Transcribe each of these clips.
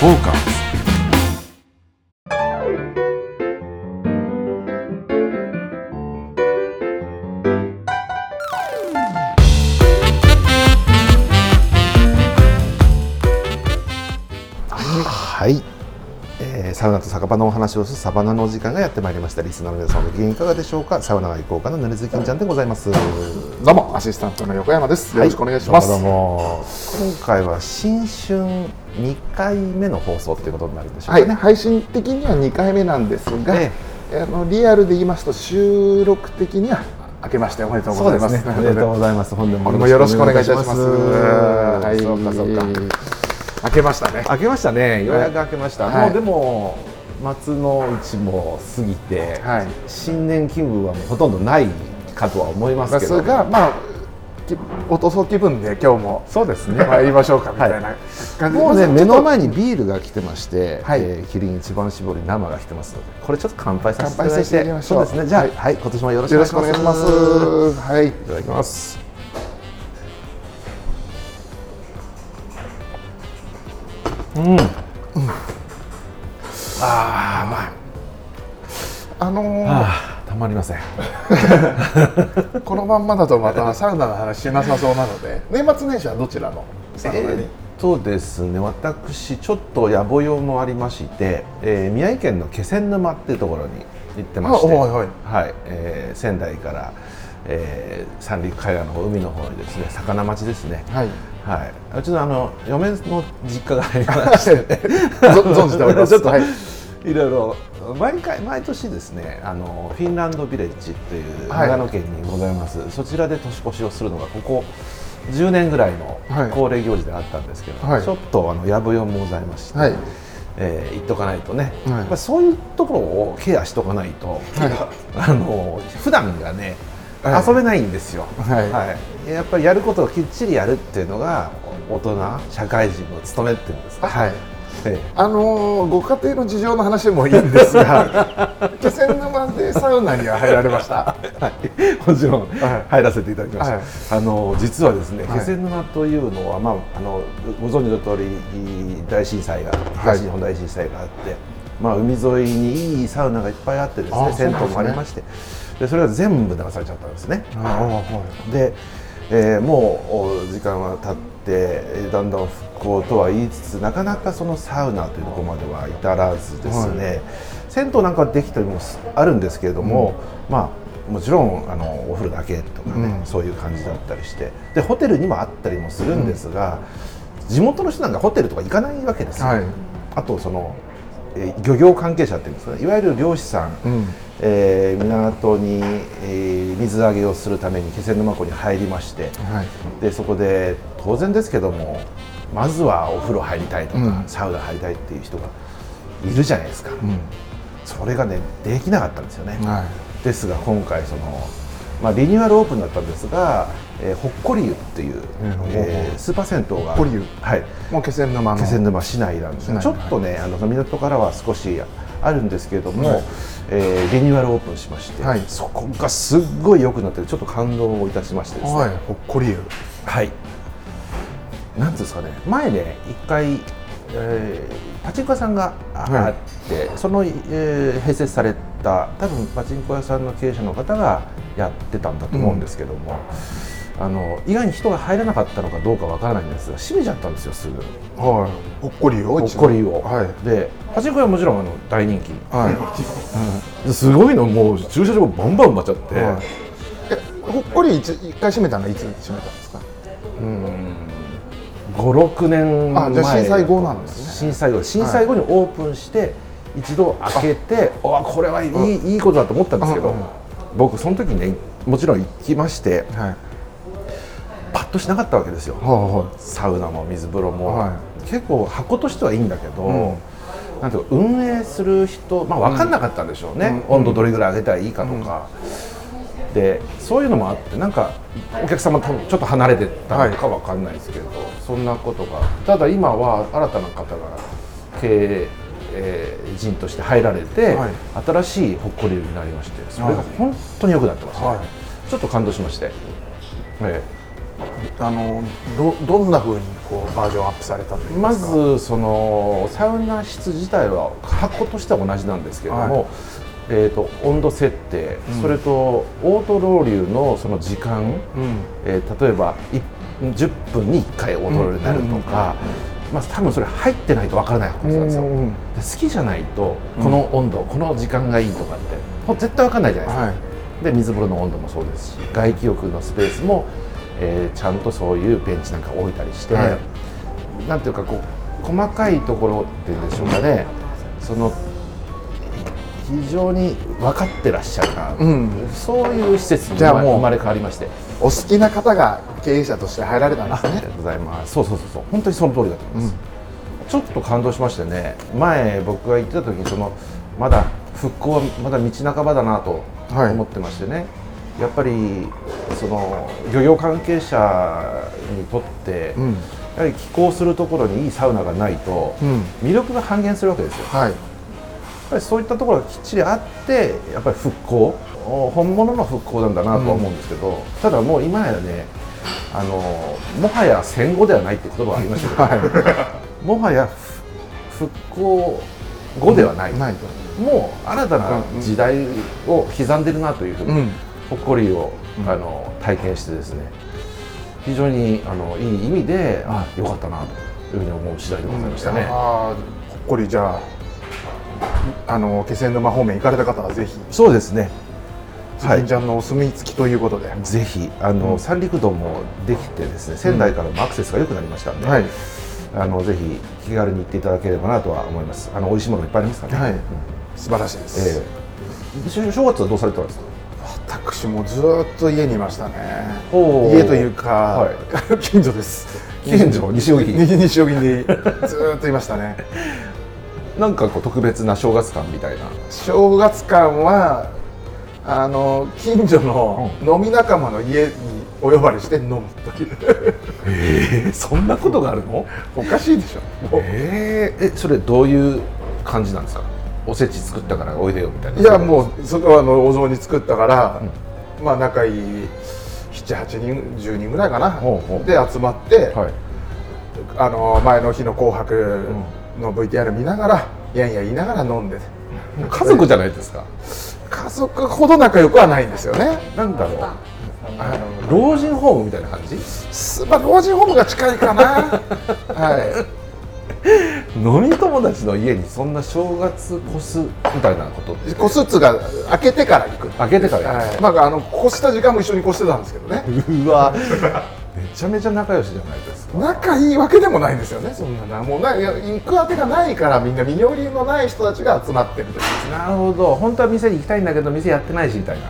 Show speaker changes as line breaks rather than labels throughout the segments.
フォーカスはい、えーサウナと酒場のお話をするサバナのお時間がやってまいりましたリスナーの皆さんご機嫌いかがでしょうかサウナが行こうかなぬれずきんちゃんでございます
どうもアシスタントの横山です。よろしくお願いします。
はどうもどうも今回は新春2回目の放送っていうことになるんでしょう
は
か
い、
ね、
配信的には2回目なんですが、
え
あのリアルで言いますと収録的には明けましておめでとうご
そう
ざい
で
ますす。
ね。おめでとうございます。本年
これもよろしくお願いいたします。
は。
はいい、
そうかそうか。
明けましたね。
開けましたね。ようやく開けました。
はい
もうでも松の内も過ぎて、
はい
新年勤務はもうほとんどないかとは思います
で
け
す
ど。
が、まあき落とそう気分で今日も
そうですね。
参りましょうかみたいな感じで
もうね目の前にビールが来てまして、
はい
えーキリン一番搾り生が来てますので、これちょっと乾杯させていた
乾
だ
杯
い
させてい
て
ただきまし
そ
ょ
う
う
ですね。じゃあはい今年もよろしく
よ
お
ろ
願いし
しくお
ます。
願いします。はい。
いただきます。
あのー
ああたまりません。
このまんまだとまたサウナの話しなさそうなので年末年始はどちらのサウナに、
えーっとですね私ちょっと野暮用もありまして、えー宮城県の気仙沼っていうところに行ってまして
あはいはい
えー仙台から、えー三陸海岸の方海の方にですね魚町ですね
はい
はい、うちのあの嫁の実家があり まして
存じておりま す
ちょっと、
はい
い、ろいろ毎回毎年ですねあのフィンランドビレッジという
はい
長野県にございます、そちらで年越しをするのがここ10年ぐらいの
はい
恒例行事であったんですけど、
はい
ちょっとあのやぶよもございまして、
はい
えー行っとかないとね、
はい
やっぱりそういうところをケアしとかないと、 あの普段がね
はい
遊べないんですよ、
はい
はい、やっぱりやることをきっちりやるっていうのが大人社会人の務めっていうんですか、
はい
え
あのーご家庭の事情の話でもいいんです が気仙沼でサウナには入られました
えはい、もちろん
はい
入らせていただきました、
はい
あの実はですね、
はい
気仙沼というのは、まあ、あのご存知の通り大震災が東日本大震災があって、まあ、海沿いにいいサウナがいっぱいあってです
あ
ね
ー
銭湯
そうなんですね
もありましてでそれが全部流されちゃったんですね。
は
で、えーもうお時間は経ってえーだんだん復興とは言いつつなかなかそのサウナというところまでは至らずですね、銭湯なんかはできたりもすあるんですけれども、まあもちろんあのお風呂だけとかね、
うん
そういう感じだったりしてでホテルにもあったりもするんですが、地元の人なんかホテルとか行かないわけですよ、
はい
あとその、えー漁業関係者っていうんですかねいわゆる漁師さん、
うん
えー港に、えー水揚げをするために気仙沼港に入りまして
はい
でそこで当然ですけどもまずはお風呂入りたいとか、
うん
サウナ入りたいっていう人がいるじゃないですか、
うん
それがねできなかったんですよね、
は
ですが今回その、まあ、リニューアルオープンだったんですが、えーほっこり湯っていう、
うん
えースーパー銭湯が
っこり湯
はい、
いもう気仙沼の
気仙沼市内なんです
は
が
い
ちょっとねあの港からは少しあるんですけれども、えーリニューアルオープンしまして、
はい
そこがすっごい良くなってちょっと感動をいたしましてですね、
はいほっこり湯
はい。なんていうんですかね、前ね、一回、えーパチンコ屋さんがあ
はい
あって、その、えー併設された、多分パチンコ屋さんの経営者の方がやってたんだと思うんですけども、あの意外に人が入らなかったのかどうかわからないんですが、閉めちゃったんですよ、すぐ、
はいほっこり湯
ほ
を
っ
一度
こりを。
はい
で、パチンコ屋はもちろんあの大人気、
はい
すごいの、もう駐車場バンバン埋まっちゃって。
はいえほっこり一一回閉めたのはいつ閉めたんですか
56年前
あじゃあ震災後なんです
震
ね
災後震災後にオープンして一度開けておあこれはいい,、いいことだと思ったんですけど、
うんうん
僕その時ねもちろん行きまして
はい
パッとしなかったわけですよ、
は
サウナも水風呂も、
は
結構箱としてはいいんだけど、
うん
なんていうか運営する人、まあ、分かんなかったんでしょうね、温度どれぐらい上げたらいいかとか、でそういうのもあってなんかお客様多分ちょっと離れてたのか分かんないですけど、そんなことがただ今は新たな方が経営えー人として入られて、
はい
新しいほっこりになりましてそれが
はい
本当に良くなってますね、
はい
ちょっと感動しまして。ええ
いあのどどんな風にこうバージョンアップされたといい
ま
ますか
ずそのサウナ室自体は箱としては同じなんですけれども、
はい
えー、と温度設定、
うん
それとオートロウリュのその時間、
うん
えー例えばい10分に1回オートロウリュになるとか、まあ、多分それ入ってないとわからない箱なんですよ、
うんうんうん
で好きじゃないとこの温度、この時間がいいとかってもう絶対わかんないじゃないですか、
はい
で水風呂の温度もそうですし外気浴のスペースも、えーちゃんとそういうベンチなんか置いたりして、
は
なんていうかこう細かいところっていうんでしょうかねその非常に分かってらっしゃるな、
うん
そういう施設に
じゃあもう
生まれ変わりまして
お好きな方が経営者として入られたんです
あり
ね
がとうございますそうそうそうそう本当にその通りだと思います、ちょっと感動しましてね前僕が行ってた時にそのまだ復興はまだ道半ばだなと
はい
思ってましてね、やっぱりその漁業関係者にとって、
うん
やはり寄港するところにいいサウナがないと、
うん
魅力が半減するわけですよ
はい
やっぱりそういったところがきっちりあってやっぱり復興本物の復興なんだなとは思うんですけど、ただもう今やねあのもはや戦後ではないって言葉がありましたけど、もはやふ復興後ではない、
ないと
もう新たな時代を刻んでるなというふう
うん
に誇りを、あの体験してですね非常にあのいい意味であ良かったなというふうに思う次第でございましたね。
ああほっこりじゃああの気仙沼方面行かれた方はぜひ
そうですね
鈴木ちゃんのお墨付きということで、
ぜひあの、
うん
三陸道もできてですね仙台からもアクセスが良くなりましたんで、
はい
あのぜひ気軽に行っていただければなとは思いますあの美味しいものいっぱいありますからね、
はい
うん
素晴らしいです、
ええし正月はどうされてたんですか
私もずーっと家にいましたね
おー
家というか、
はい
近所です
近所西荻
右 西荻にずーっといましたね
なんかこう特別な正月感みたいな
正月間はあの近所の飲み仲間の家にお呼ばれして飲むという
ええそんなことがあるの
おかしいでしょもう
えええそれどういう感じなんですかおせち作ったからおいでよみたいない
いやもうそこはあのお雑煮作ったから、まあ仲いい78人10人ぐらいかな
ほうほう
で集まって、
はい
あの前の日の「紅白」の VTR 見ながら、いやいや言いながら飲んで
家族じゃないですか
家族ほど仲良くはないんですよね
なんだろうあの老人ホームみたいな感じ
すまあ老人ホームが近い かなは
飲み友達の家にそんな正月越すみたいなことって
い個室が開けてから行く
開けてからや
はい、まあ、あの越した時間も一緒に越してたんですけどね
うわめちゃめちゃ仲良しじゃないですか
仲いいわけでもないんですよねそんななもうないや行くあてがないからみんな身寄りのない人たちが集まってるという
なるほど本当は店に行きたいんだけど店やってないしみたいな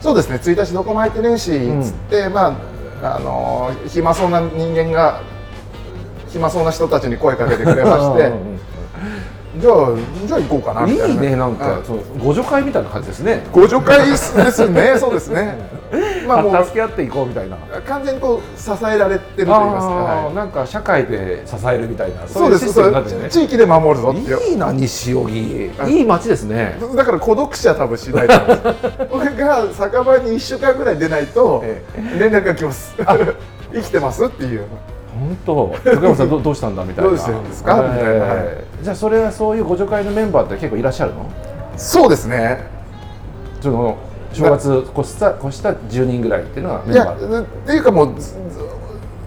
そうですね1日どこも空いてねえし、
ん
つってまああのー暇そうな人間が暇そうな人たちに声かけてくれましてじゃあじゃあ行こうかなみたい
い
ない
ねなんかそう互助会みたいな感じですね
ご助会ですね そうですねまあもう
助け合っていこうみたいな
完全にこう支えられてると言いますか、
あ
は、
ーなんか社会で支えるみたいない
そうです
システ
そ
ム
う
になっ
で
て
す
ね
地域で守るぞってい
い
う
いな西荻いい街ですね
だから孤独死は多分しないと思います俺が酒場に1週間ぐらい出ないと
え
連絡が来ます 生きてますっていう
本当高山 さんどどうしたんだみたいな
どうしてるんですかみたいな
じゃあそれはそういうご助会のメンバーって結構いらっしゃるの
そうですね
その正月越した越した10人ぐらいっていうのがメ
い
ン
や
バー
っていうかもうずず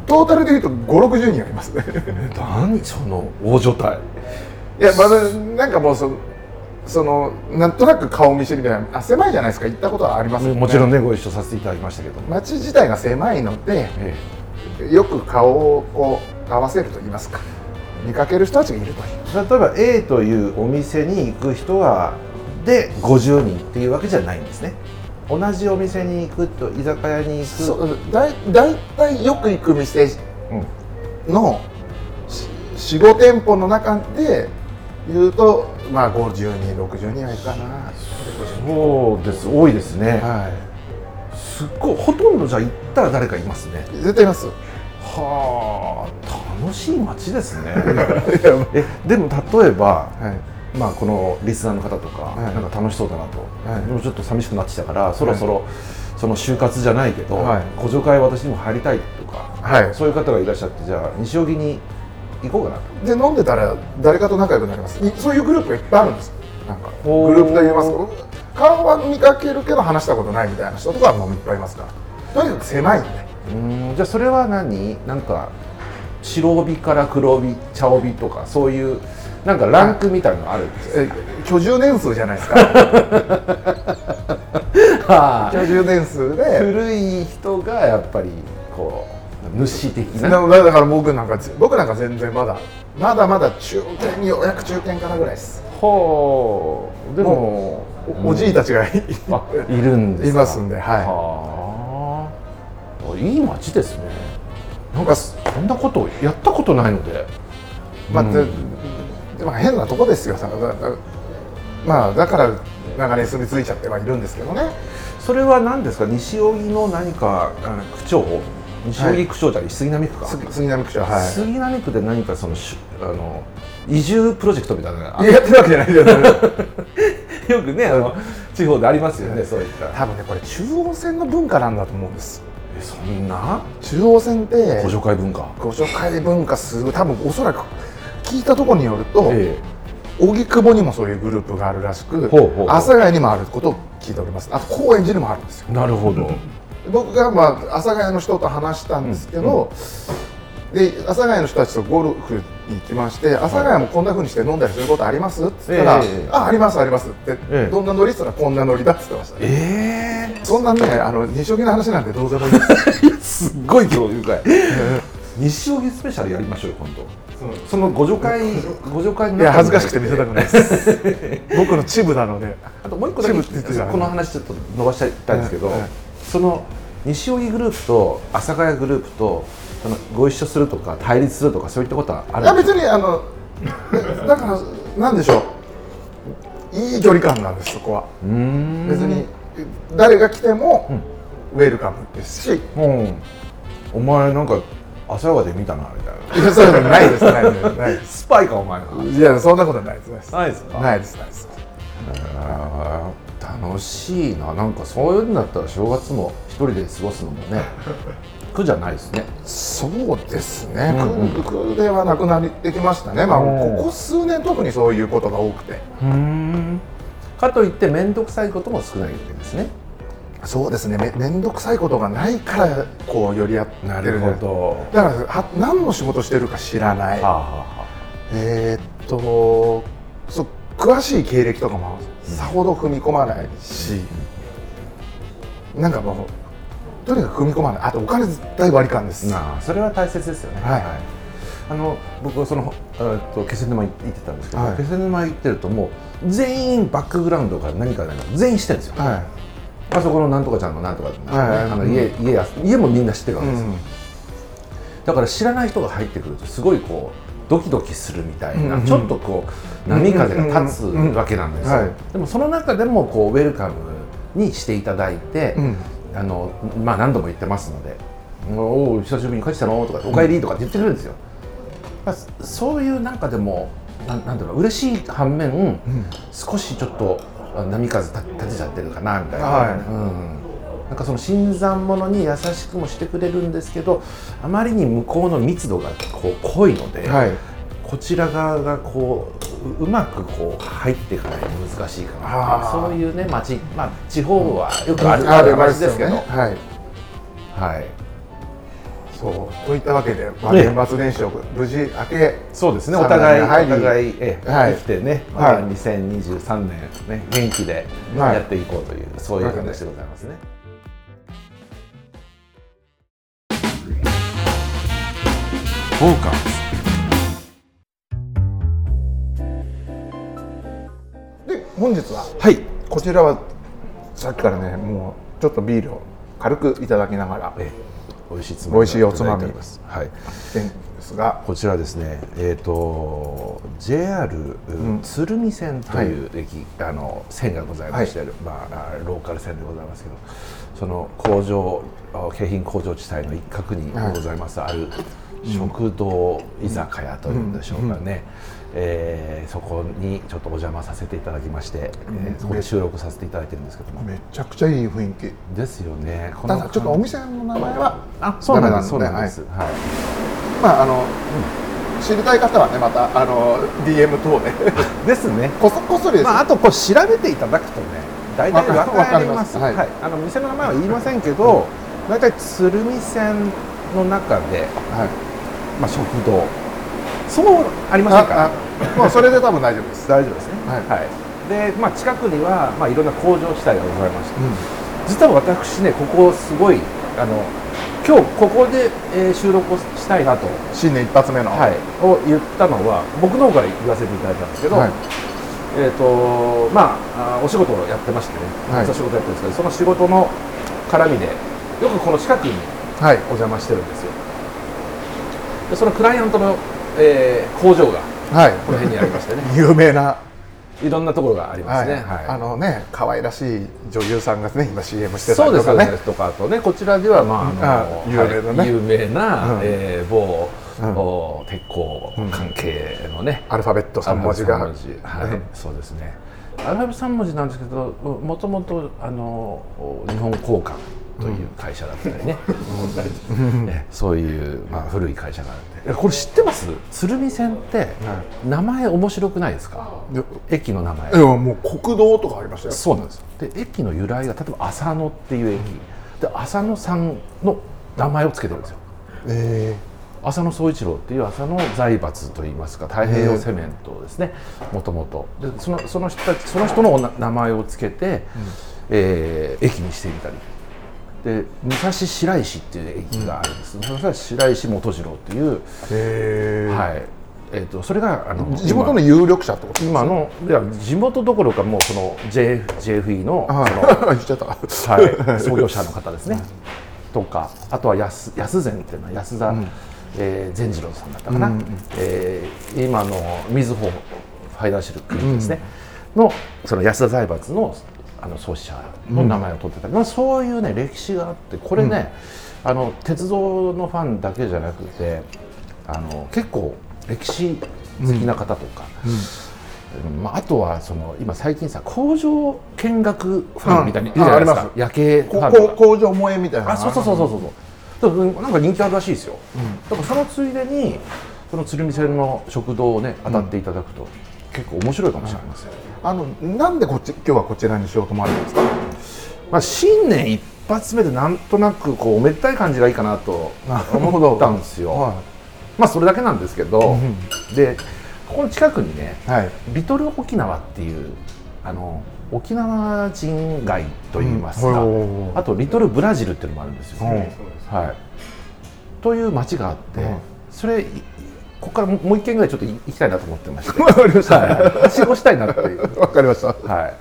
トータルでいうと560人あ りますね
何その大所帯
いやまだなんかもうそのそのなんとなく顔見知りみたいなあ狭いじゃないですか行ったことはありますよね
もちろんねご一緒させていただきましたけど、
街自体が狭いので
え
よく顔をこう合わせると言いますか見かける人たちがいるという
え例えば A というお店に行く人はで50人っていうわけじゃないんですね同じお店に行くと居酒屋に行く
そうだいだいたいよく行く店
うん
の45店舗の中で言うとまあ50人60人はいるかな
そうです多いですね、
はい
すっごいほとんどじゃあ行ったら誰かいますね
絶対い ます
はあ楽しい街ですね
いや
えでも例えば
はい
まあ、このリスナーの方とか、
はい
なんか楽しそうだなと、
はい
でもちょっと寂しくなってきたから、そろそろ、その就活じゃないけど、
はい
ご助会私にも入りたいとか、
はい
そういう方がいらっしゃってじゃあ西荻に行こうかなと
で飲んでたら誰かと仲良くなりますいそういうグループがいっぱいあるんですなんかグ
おー
ループと言いますか顔は見かけるけど話したことないみたいな人とかはもういっぱいいますからとにかく狭いんで
うんじゃあそれは何なんか白帯から黒帯茶帯とかそういうなんかランクみたいなのあるんですよ
え居住年数じゃないです か 居住年数で
古い人がやっぱりこう主的
で
な
もだから僕なんか僕なんか全然まだまだまだ中堅にようやく中堅かなぐらいです
ほうでも
おおじいた ちがい
あいるんですか
ますんでは
はああいい街ですねなんかそんなことやったことないので
い、まあででも変なとこですよだからだからまあだから長年住み着いちゃってはいるんですけどね
それは何ですか西荻の何かあの区長西荻区長じゃない杉並区か、
す杉並区長は
杉並区で何かそのしあの移住プロジェクトみたいなのがあ
いいややってるわけじゃないですよ
よくねあの地方でありますよねそういった
多分ねこれ中央線の文化なんだと思うんです
えそんな
中央線って
補助会文化
ご紹介文化すごい多分おそらく聞いたところによると、
え
荻窪にもそういうグループがあるらしく
ほうほうほう
阿佐ヶ谷にもあることを聞いておりますあと高円寺にもあるんですよ
えなるほど
僕が、まあ、阿佐ヶ谷の人と話したんですけど、で阿佐ヶ谷の人たちとゴルフに行きまして「阿佐ヶ谷もこんなふうにして飲んだりすることあります?」って言ったら「
ええ
あありますあります」って、
ええ
どんなノリ?」って言ったら「こんなノリだ」って言ってました、
ええ
そんなねあの二所の話なんてどうでもいいです
すっごい興味深い西荻スペシャルやりましょうよ今度そのご助会ご助会に
いや恥ずかしくて見せたくないです 僕のチブなので
あともう一個だけ
チブって言ってた
この話ちょっと伸ばしたいんですけど、
はいはい
その西荻グループと阿佐ヶ谷グループとそのご一緒するとか対立するとかそういったことはあ
い
る
や
んです
別にあのだからなんでしょういい距離感なんですそこは
うーん
別に誰が来てもウェルカムですし、
うんお前なんか阿佐ヶ谷で見たなみたいない
やそういうのないですないですないです
スパイかお前が
いやそんなことないですないです
ないですか
ないですないです
あー楽しいななんかそういうんだったら正月も一人で過ごすのもね苦じゃないですね
そうですね、空腹ではなくなってきましたね、まあ、
うん
ここ数年特にそういうことが多くて
かといって面倒くさいことも少ないわけですね
そうですねめ面倒くさいことがないからこうよりやってる
ど
だからは何の仕事してるか知らない
はあ、はあは
えーっとそう詳しい経歴とかもさほど踏み込まないし、なんかもうとにかく踏み込まないあとお金絶対割り勘です
あ、なあそれは大切ですよね
はい
あの僕はその、えー、と気仙沼行ってたんですけど、
はい
気仙沼行ってるともう全員バックグラウンドから何から何から全員知ってるんですよ
は
あそこのなんとかちゃんのなんとかなんとかね、
はいはい
あの家家や家もみんな知ってるわ
い、
けですよ、だから知らない人が入ってくるとすごいこうドキドキするみたいな、
うんうん
ちょっとこう波風が立つわけなんですよ、
うんうんうんはい
でもその中でもこうウェルカムにしていただいて、
うん
あのまあ何度も言ってますので「おお久しぶりに帰ってきたの?」とか「おかえり」とかって言ってくるんですよ、まあそそういうなんかでもなんなんだろう嬉しい反面、少しちょっとあ波風立立てちゃってるかなみたいな、
はい
うん、なんかその新参者に優しくもしてくれるんですけどあまりに向こうの密度がこう濃いので、
はい
こちら側がこうううまくこう入っていかないと難しいかな
あ
そ
ー
ういうね町、まあ、地方はよくある
あ
ある
る
話
話
で
ですす
け
け
ど、
ど、はい
はい、
そうといったわけで、まあ、
ね
年末年始を無事明け
そうですねお
さら
互い
に
お
入り
互い、ええ
はい
生きてね、ま
はい
た2023年ね元気で
はい
やっていこうという、そういう話でございますね。フォーカス
で本日は
はい
こちらはさっきからねもうちょっとビールを軽くいただきながら
え美味しいつまみ
美味しいおつまみ
をいただいておりますはい
ですが
こちらですね、えー、と JR 鶴見線という駅、あの線がございまして、まあ、あローカル線でございますけどその工場あ京浜工場地帯の一角にございます、ある食堂居酒屋というんでしょうかね、えーそこにちょっとお邪魔させていただきまして、えーそこで収録させていただいてるんですけども、
めちゃくちゃいい雰囲気
ですよねこ
た
の
だちょっとお店の名前は
あそうなんですそ
ダ
う
メ
な
な
で、
んんですす
はい
まああの、知りたい方はねまたあの DM 等で
ですね
こそこそりです、
まあ、あとこう調べていただくとね大体
わか
分かり
わかり
ま
ますすはい
はいあの店の名前は言いませんけど大体鶴見線の中で、
はい
まあ、食堂そうありませんか
ああもうそれで多分大丈夫です
大丈夫ですね
はい
はいで、まあ、近くには、まあ、いろんな工場地帯がございまして
うん
実は私ねここすごいあの今日ここで、えー収録をしたいなと、
新年一発目の、
はい、を言ったのは僕の方から言わせていただいたんですけど、
はい
えーとまあ、あーお仕事をやってましてね、
はい
実は仕事やってるんですけどその仕事の絡みでよくこの近くに
はい
お邪魔してるんですよでそのクライアントの、えー工場が
はい
この辺にありま してね
有名な、
いろんなところがありますね、はい
あのね可愛らしい女優さんがね今 CM してた
そう
り
で
と
すよ
か
ね
ね
とかあとねこちらではまああの
うんあ有名なね
はい有名な、
うん
えー某、
うん
お鉄鋼関係のね、
アルファベット
ア
3
ルファ
文
ベ
字
ット
が
三文字はい、
うん
そうですねアルファベット3文字なんですけどもともとあの日本交換という会社だったりね、ねそういう、まあ、古い会社があってえこれ知ってます鶴見線って名前面白くないですか
いや
駅の名前
いやもう国道とかありましたよ
そうなんですで駅の由来が例えば浅野っていう駅、で浅野さんの名前をつけてるんですよ
え
浅野総一郎っていう浅野財閥といいますか太平洋セメントをですねもともとでそのその人たちその人のおな名前をつけて、えー駅にしてみたりで武蔵白石っていう駅があるんです、武蔵白石元次郎っていう、
ー、えー
はいえー、とそれがあの
地元の有力者ってこと
今今のいや地元どころかもうその J JFE の
はい
その
言っちゃった
はい、創業者の方ですね。 とか、あとは安安善っていうのは安田、えー善次郎さんだったかな、えー今のみずほファイナンシャルクリニックですね、のその安田財閥のあの創始者の名前を取ってたり、まあ、そういうね歴史があってこれね、あの鉄道のファンだけじゃなくてあの結構歴史好きな方とか。まあ、あとはその今最近さ工場見学ファンみたいにいるじゃないですか、
うんああります
夜景フ
こ
ァン
こ
とか
工場萌えみたいな
あそうそうそうそうそうそううんなんか人気あるらしいですよ、だからそのついでにその鶴見線の食堂をね当たっていただくと、結構面白いかもしれません、
あのなんでこっち今日はこちらにしようと思われたんですか
まあ、新年一発目でなんとなくこうおめでたい感じがいいかなと思ったんですよ、
は
まあそれだけなんですけど、でここの近くにね
い、はい、
ビトル沖縄っていうあの沖縄人街といいますか、
うんほう
あとリトルブラジルっていうのもあるんですよ、
うん
はい、という町があって、
うん
それいここからももう一軒ぐらいちょっとい行きたいなと思ってまして、
わかりました
はい、はしごしたいなっていう。
わかりました
はい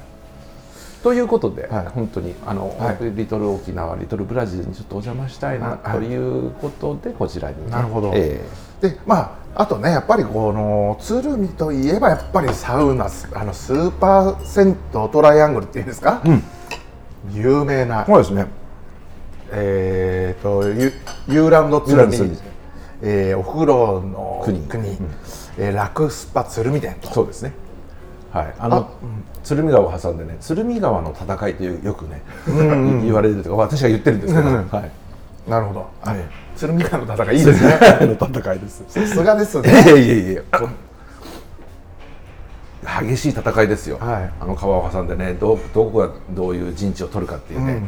ということで、
はい
本当にあの、
はい
リトル沖縄リトルブラジルにちょっとお邪魔したいな
はい
ということで、こちらに
なるほど
え
でまああとねやっぱりこの鶴見といえばやっぱりサウナスあのスーパー銭湯トライアングルっていうんですか、
ん
有名な、
えそうですね
えー、とユユーランド
ユーラ
鶴
ンド鶴見
見、えーお風呂の
国
えー楽スパ鶴見店と
そうですね。はい、あの
あ
鶴見川を挟んでね、鶴見川の戦いというよくね、言われるとか、私が言ってるんですけど、
うんうん
はい。
なるほど、あ
はい
鶴見間の戦いいいですね
の戦いです。
さすがです
い
ね
やいやいやいや。こ激しい戦いですよ、
はい
あの川を挟んでねどうどこがどういう陣地を取るかっていうね、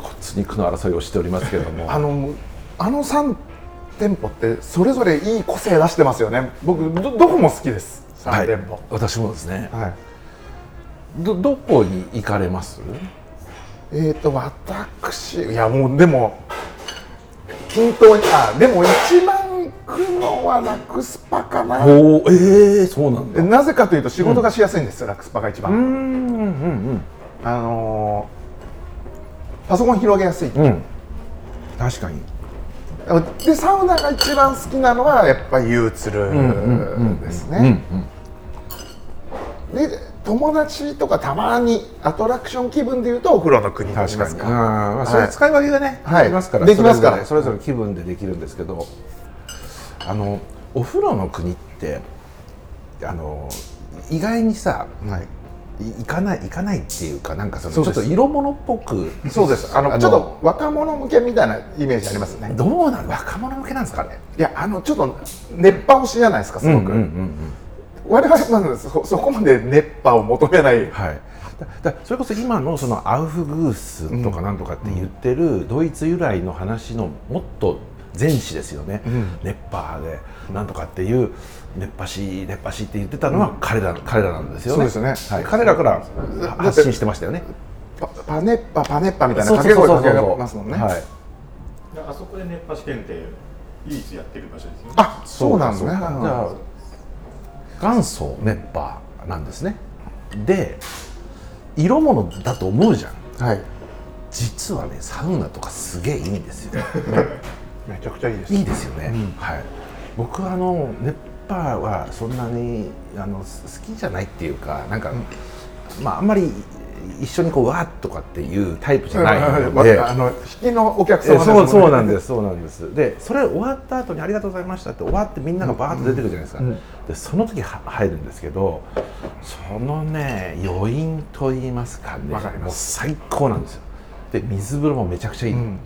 こっちに行くの争いをしておりますけれども
あのあの3店舗ってそれぞれいい個性出してますよね僕どどこも好きです
は
3
い
店舗、
私もですね
はい
どどこに行かれます
えー、と私いやもうでも均等にあでも一番行くのはラクスパかな
おおええそうなん
でなぜかというと仕事がしやすいんですよ、ラクスパが一番、
うんうん
あのーパソコン広げやすい、
うんうん確かに
でサウナが一番好きなのはやっぱりユーツルですねで友達とかたまにアトラクション気分でいうとお風呂の国と言います
うんまあ、それ使い分けがね、
はい
できますから、
できますから
それぞれそれぞれ気分でできるんですけど、あのお風呂の国ってあの意外にさ
はい
い行かない行かないっていうかなんかそのち
そ
ょ
うで
っ
す
と色物っぽく
そうですあの
あの
ちょっと若者向けみたいなイメージありますね
どうなの若者向けなんですかね
いやあのちょっと熱波推しじゃないですかすごく、我々はまずそそこまで熱波を求めない
はい、だだそれこそ今のそのアウフグースとかなんとかって言ってるドイツ由来の話のもっと前史ですよね、
ん
熱波でなんとかっていう熱波師熱波師って言ってたのは彼ら,、彼らなんですよね
そうですね
はい、彼らから発信してましたよね
パパネッパパネッパみたいな掛け声かけますもんね
はい、
であそこで熱波試験って唯一やってる場所ですよね。
あそうなんですね
そうかじゃあ元祖熱波なんですねで色物だと思うじゃん
はい
実はねサウナとかすげえいいんですよ
めちゃくちゃいいです
いいですよね、はい僕はあの熱波はそんなにあのす好きじゃないっていうかなんか、まああんまり一緒にこうわーっとかっていうタイプじゃないので、
わあの引きのお客
え
様
そうそうなん
で
ですそうなんですでそれ終わった後に「ありがとうございました」って終わってみんながバーッと出てくるじゃないですか、
うん
でその時は入るんですけどそのね余韻と言いますかね
わかります
もう最高なんですよで水風呂もめちゃくちゃいい、
うん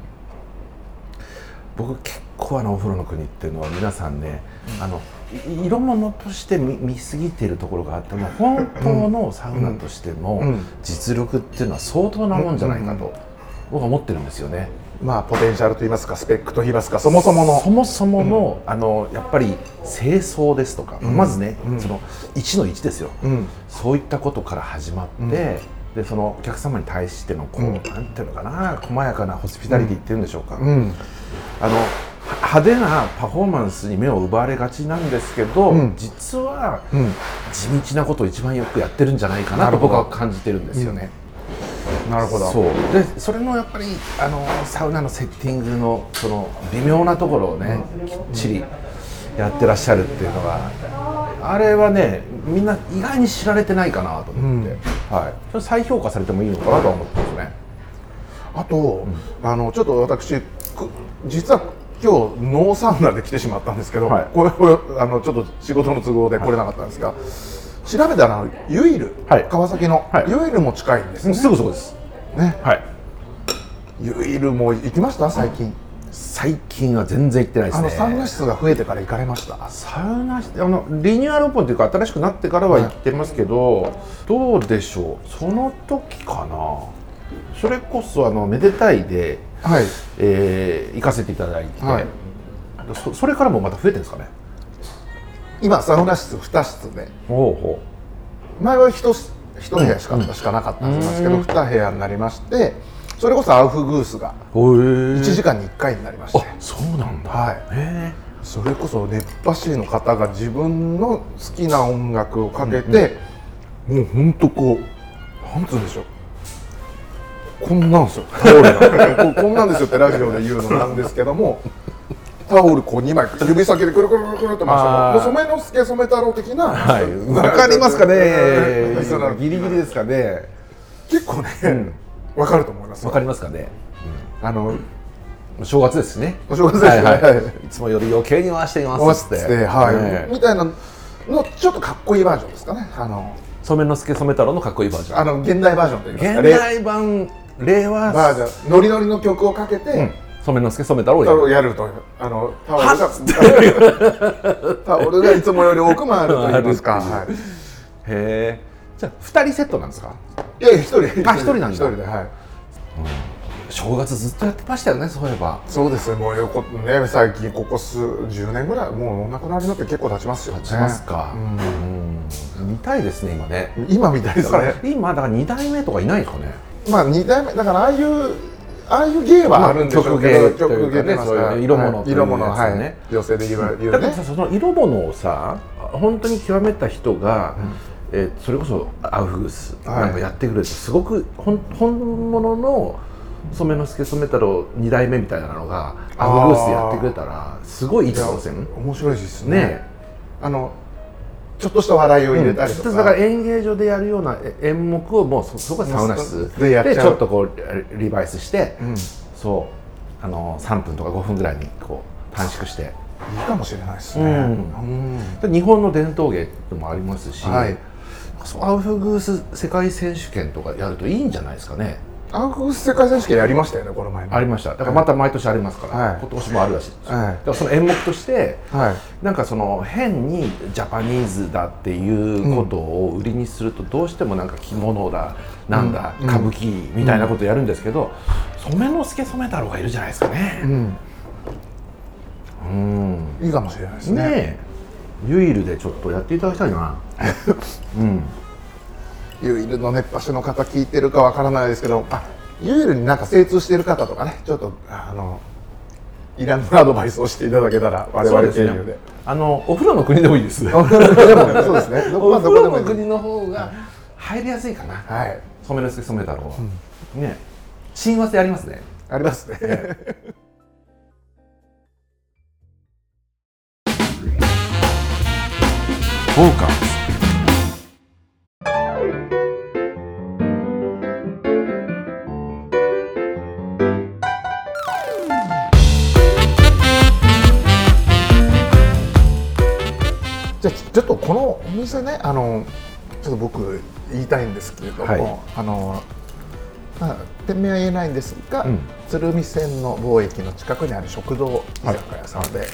僕結構あのお風呂の国っていうのは皆さんね、あのい色物として見見すぎているところがあっても本当のサウナとしての
うん
実力っていうのは相当なもんじゃないか
う
と僕は思ってるんですよね。
まあポテンシャルと言いますかスペックと言いますかそもそもの
そもそもの,、あのやっぱり清掃ですとか、まずね、その1の1ですよ、
うん
そういったことから始まって、でそのお客様に対してのこう、なんていうのかな細やかなホスピタリティっていうんでしょうか、
うん
あのは派手なパフォーマンスに目を奪われがちなんですけど、
うん
実は
うん
地道なことを一番よくやってるんじゃないかなと僕は感じてるんですよね。
なるほど
そうでそれのやっぱりあのサウナのセッティングのその微妙なところをね、きっちりやってらっしゃるっていうのがあれはねみんな意外に知られてないかなと思って、
うん
はい、それ再評価されてもいいのかなとは思ってますね。
あと、あのちょっと私く実は今日ノーサウナで来てしまったんですけど、
はい
これこれあのちょっと仕事の都合で来れなかったんですが、調べたらあのユイル、
はい
川崎の、
はい
ユイルも近いんですね
すぐそこです、
ね
はい、
ユイルも行きました最近、
最近は全然行ってないで
あ
すね
のサウナ室が増えてから行かれました
サウナ室あのリニューアルオープンというか新しくなってからは行ってますけど、どうでしょうその時かなそれこそあのめでたいで、
はい
えー行かせていただいて、
はい
そそれからもまた増えてるんですかね
今サウナ室2室で
ほうほ
前は 1, し一部屋しか,、しかなかったんですけど2部屋になりましてそれこそアウフグースが
う
1
へ
時間に1回になりまして、
あそうなんだ
はい
へ
それこそ熱波師の方が自分の好きな音楽をかけて、もうほんとこうなんつうんでしょうこんなんですよタオルがここんなんですよってラジオで言うのなんですけどもタオルこう2枚指先でくるくるくるくるって回して
あー
もう染之助染太郎的な、
えはいわかりますか
そうなの
ねギリギリですかね
結構ね、わかると思います
わかりますかね
あの
お正月ですね
お正月ですね
はいはい
は
い
い
つもより余計に回していま
合わ
す
せ、
ってて
はい
ね
みたいなのちょっとかっこいいバージョンですかねあの
染之助染太郎のかっこいいバージョン
あの現代バージョンといいますか
現代版令和
バージョンノリノリの曲をかけて、
染之助染太郎をや
タ
る
オルやるというあのタオルがタオルがいつもより多く回ると言いますか、はい、
へえじゃあ2人セットなんですか
いやいや一人
あ一人なんだ
一人ではい
正月ずっとやってましたよねそういえば
そうですねもうよこね最近ここ数10年ぐらいもうお亡くなりになって結構経ちますよね
しますか、うん見たいですね今ね
今みたいで
だ
す
か
ね
ら今だから2代目とかいないですかね
まあ2代目だからああいうああいう芸はあるんでしょうけど、
まあ曲芸というかね
と言います
そういう色物
は
と
い、
いう
色物
やつ
はい、
ね
女性で言う言
だ
う
って
ね
さその色物をさ本当に極めた人が、えーそれこそアウフグース
はい
なんかやってくれて、すごくほん本物の染之助染太郎2代目みたいなのがアウフグースやってくれたらすごいいい挑戦
面白いですね
ねえ
あのちょっとした笑いを入れたりとか、
だから演芸場でやるようなえ演目をもうそそこはサウナ室
でやっちゃう
でちょっとこうリリバイスして、
うん
そうあの3分とか5分ぐらいにこう短縮して
いいかもしれないですね、
うんで日本の伝統芸でもありますし、
はい
そうアウフグース世界選手権とかやるといいんじゃないですかね
アウフグス世界選手権やりましたよねこの前ね
ありましただからまた毎年ありますから、
はい
今年もあるらしいですよ、
はい
だからその演目として
はい
なんかその変にジャパニーズだっていうことを売りにするとどうしてもなんか着物だなんだ、
うん
歌舞伎みたいなことやるんですけど、染之助染太郎がいるじゃないですか
う
ね。
ん
うん
いいかもしれないですね
ねえユイルでちょっとやっていただきたいなうん
ユイルの熱波師の方聞いてるかわからないですけどあユイルになんか精通してる方とかねちょっとあのいらぬアドバイスをしていただけたら我
そう
々
です
経
ね
由で
あのお風呂の国でもいいです
お風呂でもそうですねどこ
お
まあ
風呂の
どこでもいいです
国の方が入りやすいかな
はい
染之助染太郎は、ね親和性ありますね
ありますね
フォーカス
じゃあちょっとこのお店ねあのちょっと僕言いたいんですけれども、
はい
あのまあ店名は言えないんですが、
うん
鶴見線の貿易の近くにある食堂居酒屋さんで、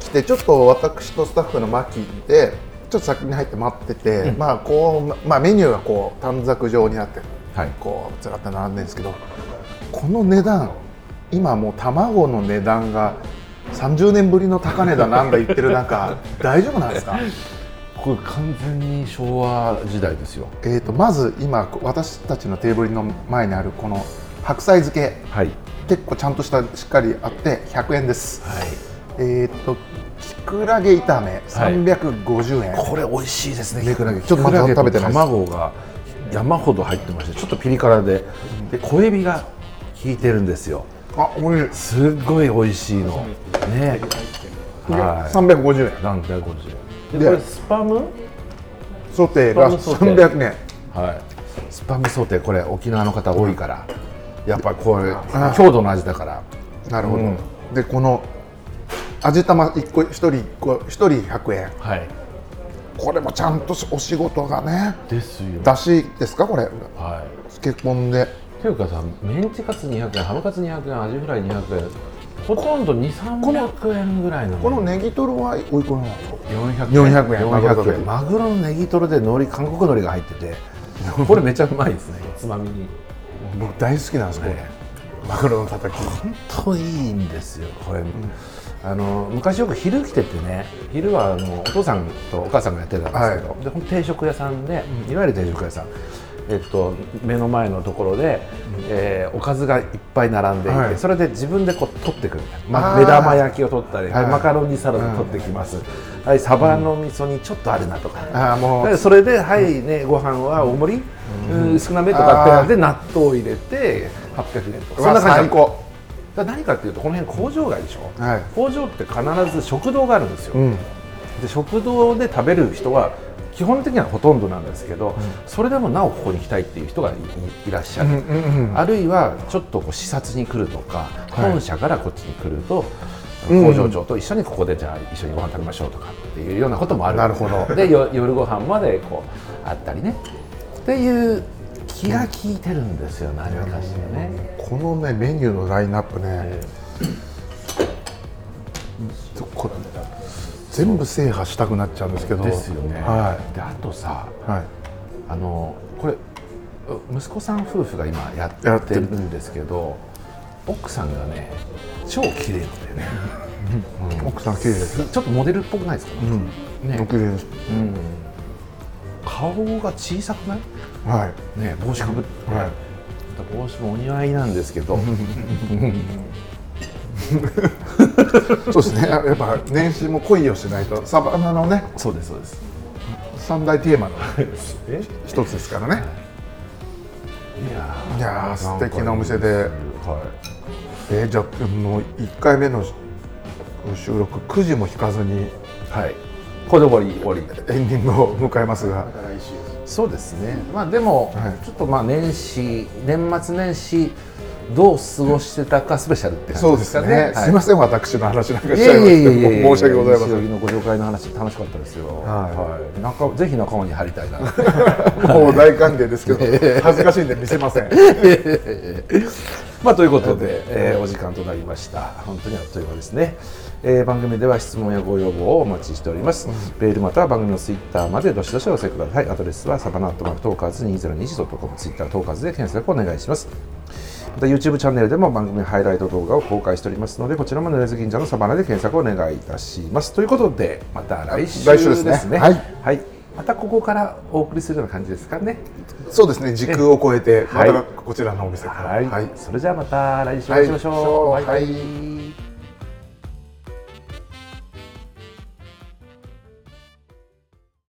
来てちょっと私とスタッフのマキでちょっと先に入って待ってて、まあこうまあメニューがこう短冊状になって、
はい
こうずらっと並んでるんですけどこの値段今もう卵の値段が30年ぶりの高値だなんだ言ってる中 大丈夫なんですか
これ完全に昭和時代ですよ
えー、とまず今私たちのテーブルの前にあるこの白菜漬け
はい
結構ちゃんとしたしっかりあって100円です、えっ、ときくらげ炒め350円、
これ美味しいですね
ね
きくらげ
ちょっと待って
きくらげ
食べてないです
卵が山ほど入ってましてちょっとピリ辛でで小エビが効いてるんですよ
あおいしい
すっごい美味しいのねは
350円
いなんで50円でこ
で
れスパム
ソテーが
スパムソテー
300円
はいスパムソテーこれ沖縄の方多いからやっぱりこれ郷土の味だから
なるほど、でこの味玉一個一人一個1人100円
はい
これもちゃんとお仕事がね
ですよ
だしですかこれ
はい
漬け込んで
ていうかさメンチカツ200円ハムカツ200円アジフライ200円ほとんど2300円ぐらいなの
このネギトロはおいくらなんですか
400
400円
マ
マ
グ
グ
ロ
ロと
円マグロのネギトロで海苔韓国海苔が入ってて これめちゃうまいですねつまみに
僕大好きなんですこれ、
え
マグロのたたき
本当いいんですよこれ、あの昔よく昼来ててね昼はあのお父さんとお母さんがやってたんですけど、
は
でほんと定食屋さんで、いわゆる定食屋さんえっと、目の前のところで、えーおかずがいっぱい並んでいて、
はい
それで自分でこう取ってくる、ま
あー
目玉焼きを取ったり、はい
はい
マカロニサラダ取ってきます、はい、サバの味噌にちょっとあるなとか、
ああも
で
う
それで、はいね、ご飯は大盛り、うん少なめとかってなって納豆を入れて800円とか
そんな感じ
だから何かっていうとこの辺工場街でしょ、
はい
工場って必ず食堂があるんですよ、
うん
で食堂で食べる人は基本的にはほとんどなんですけど、それでもなおここに来たいっていう人がいいらっしゃる、
うんうんうん
あるいはちょっとこう視察に来るとか、
はい
本社からこっちに来ると
うん
工場長と一緒にここでじゃあ一緒にご飯食べましょうとかっていうようなこともある
なるほど
でよ夜ご飯までこうあったりねっていう気が利いてるんですよ何かしらね。
このねメニューのラインナップね、これ全部制覇したくなっちゃうんですけど
ですよね。
は
であとさ
い、はい、
あのこれう息子さん夫婦が今や
や
っ
ってて
る
る
んですけど奥さんがね超綺麗なんだよね。
奥さん綺麗です、
ちょっとモデルっぽくないですか、ね
お綺麗です
顔が小さくない
はい
ね帽子かぶって、
はい
帽子もお似合いなんですけど
そうですね。ややっぱ年始も恋をしないとサバナのね
そうですそうです
三大テーマの
え
一つですからね。
いや
いやー素敵なお店
なん
で
かいい、すはい
えーじゃあもう一回目の収録9時も引かずに
はいこれで終わり終わり
エンディングを迎えますが、
来週
そうですねまあでも、
はい
ちょっとまあ年始年末年始どう過ごしてたかスペシャルって
そ
感
う
じです
で
かね。
すね。すいません、私の話なんかし
い
ちゃい
や
ま
いやいや
し
いやい
て、
や
申し訳ございませ
西
ん
荻。のご紹介の話楽しかったですよ。。
はい
仲ぜひ仲間に入りたいな。
もう大歓迎ですけど、恥ずかしいんで見せません。
まあ、ということで、えーお時間となりました。本当にあっという間ですね。えー番組では質問やご要望をお待ちしております。メールまたは番組のツイッターまでどしどしお寄せください。アドレスはサバナットマークトーカーズ 2021.com ツイッタートーカーズで検索お願いします。また YouTube チャンネルでも番組ハイライト動画を公開しておりますのでこちらも濡れず銀座のサバナで検索お願いいたしますということでまた来週
来週ですね
ですね
はい、
はい、またここからお送りするような感じですかね
そうですね、時空を超えて、ま
はい
たこちらのお店から。
はい、それじゃあまた来週お会いしましょう。
はい
バイバイ
は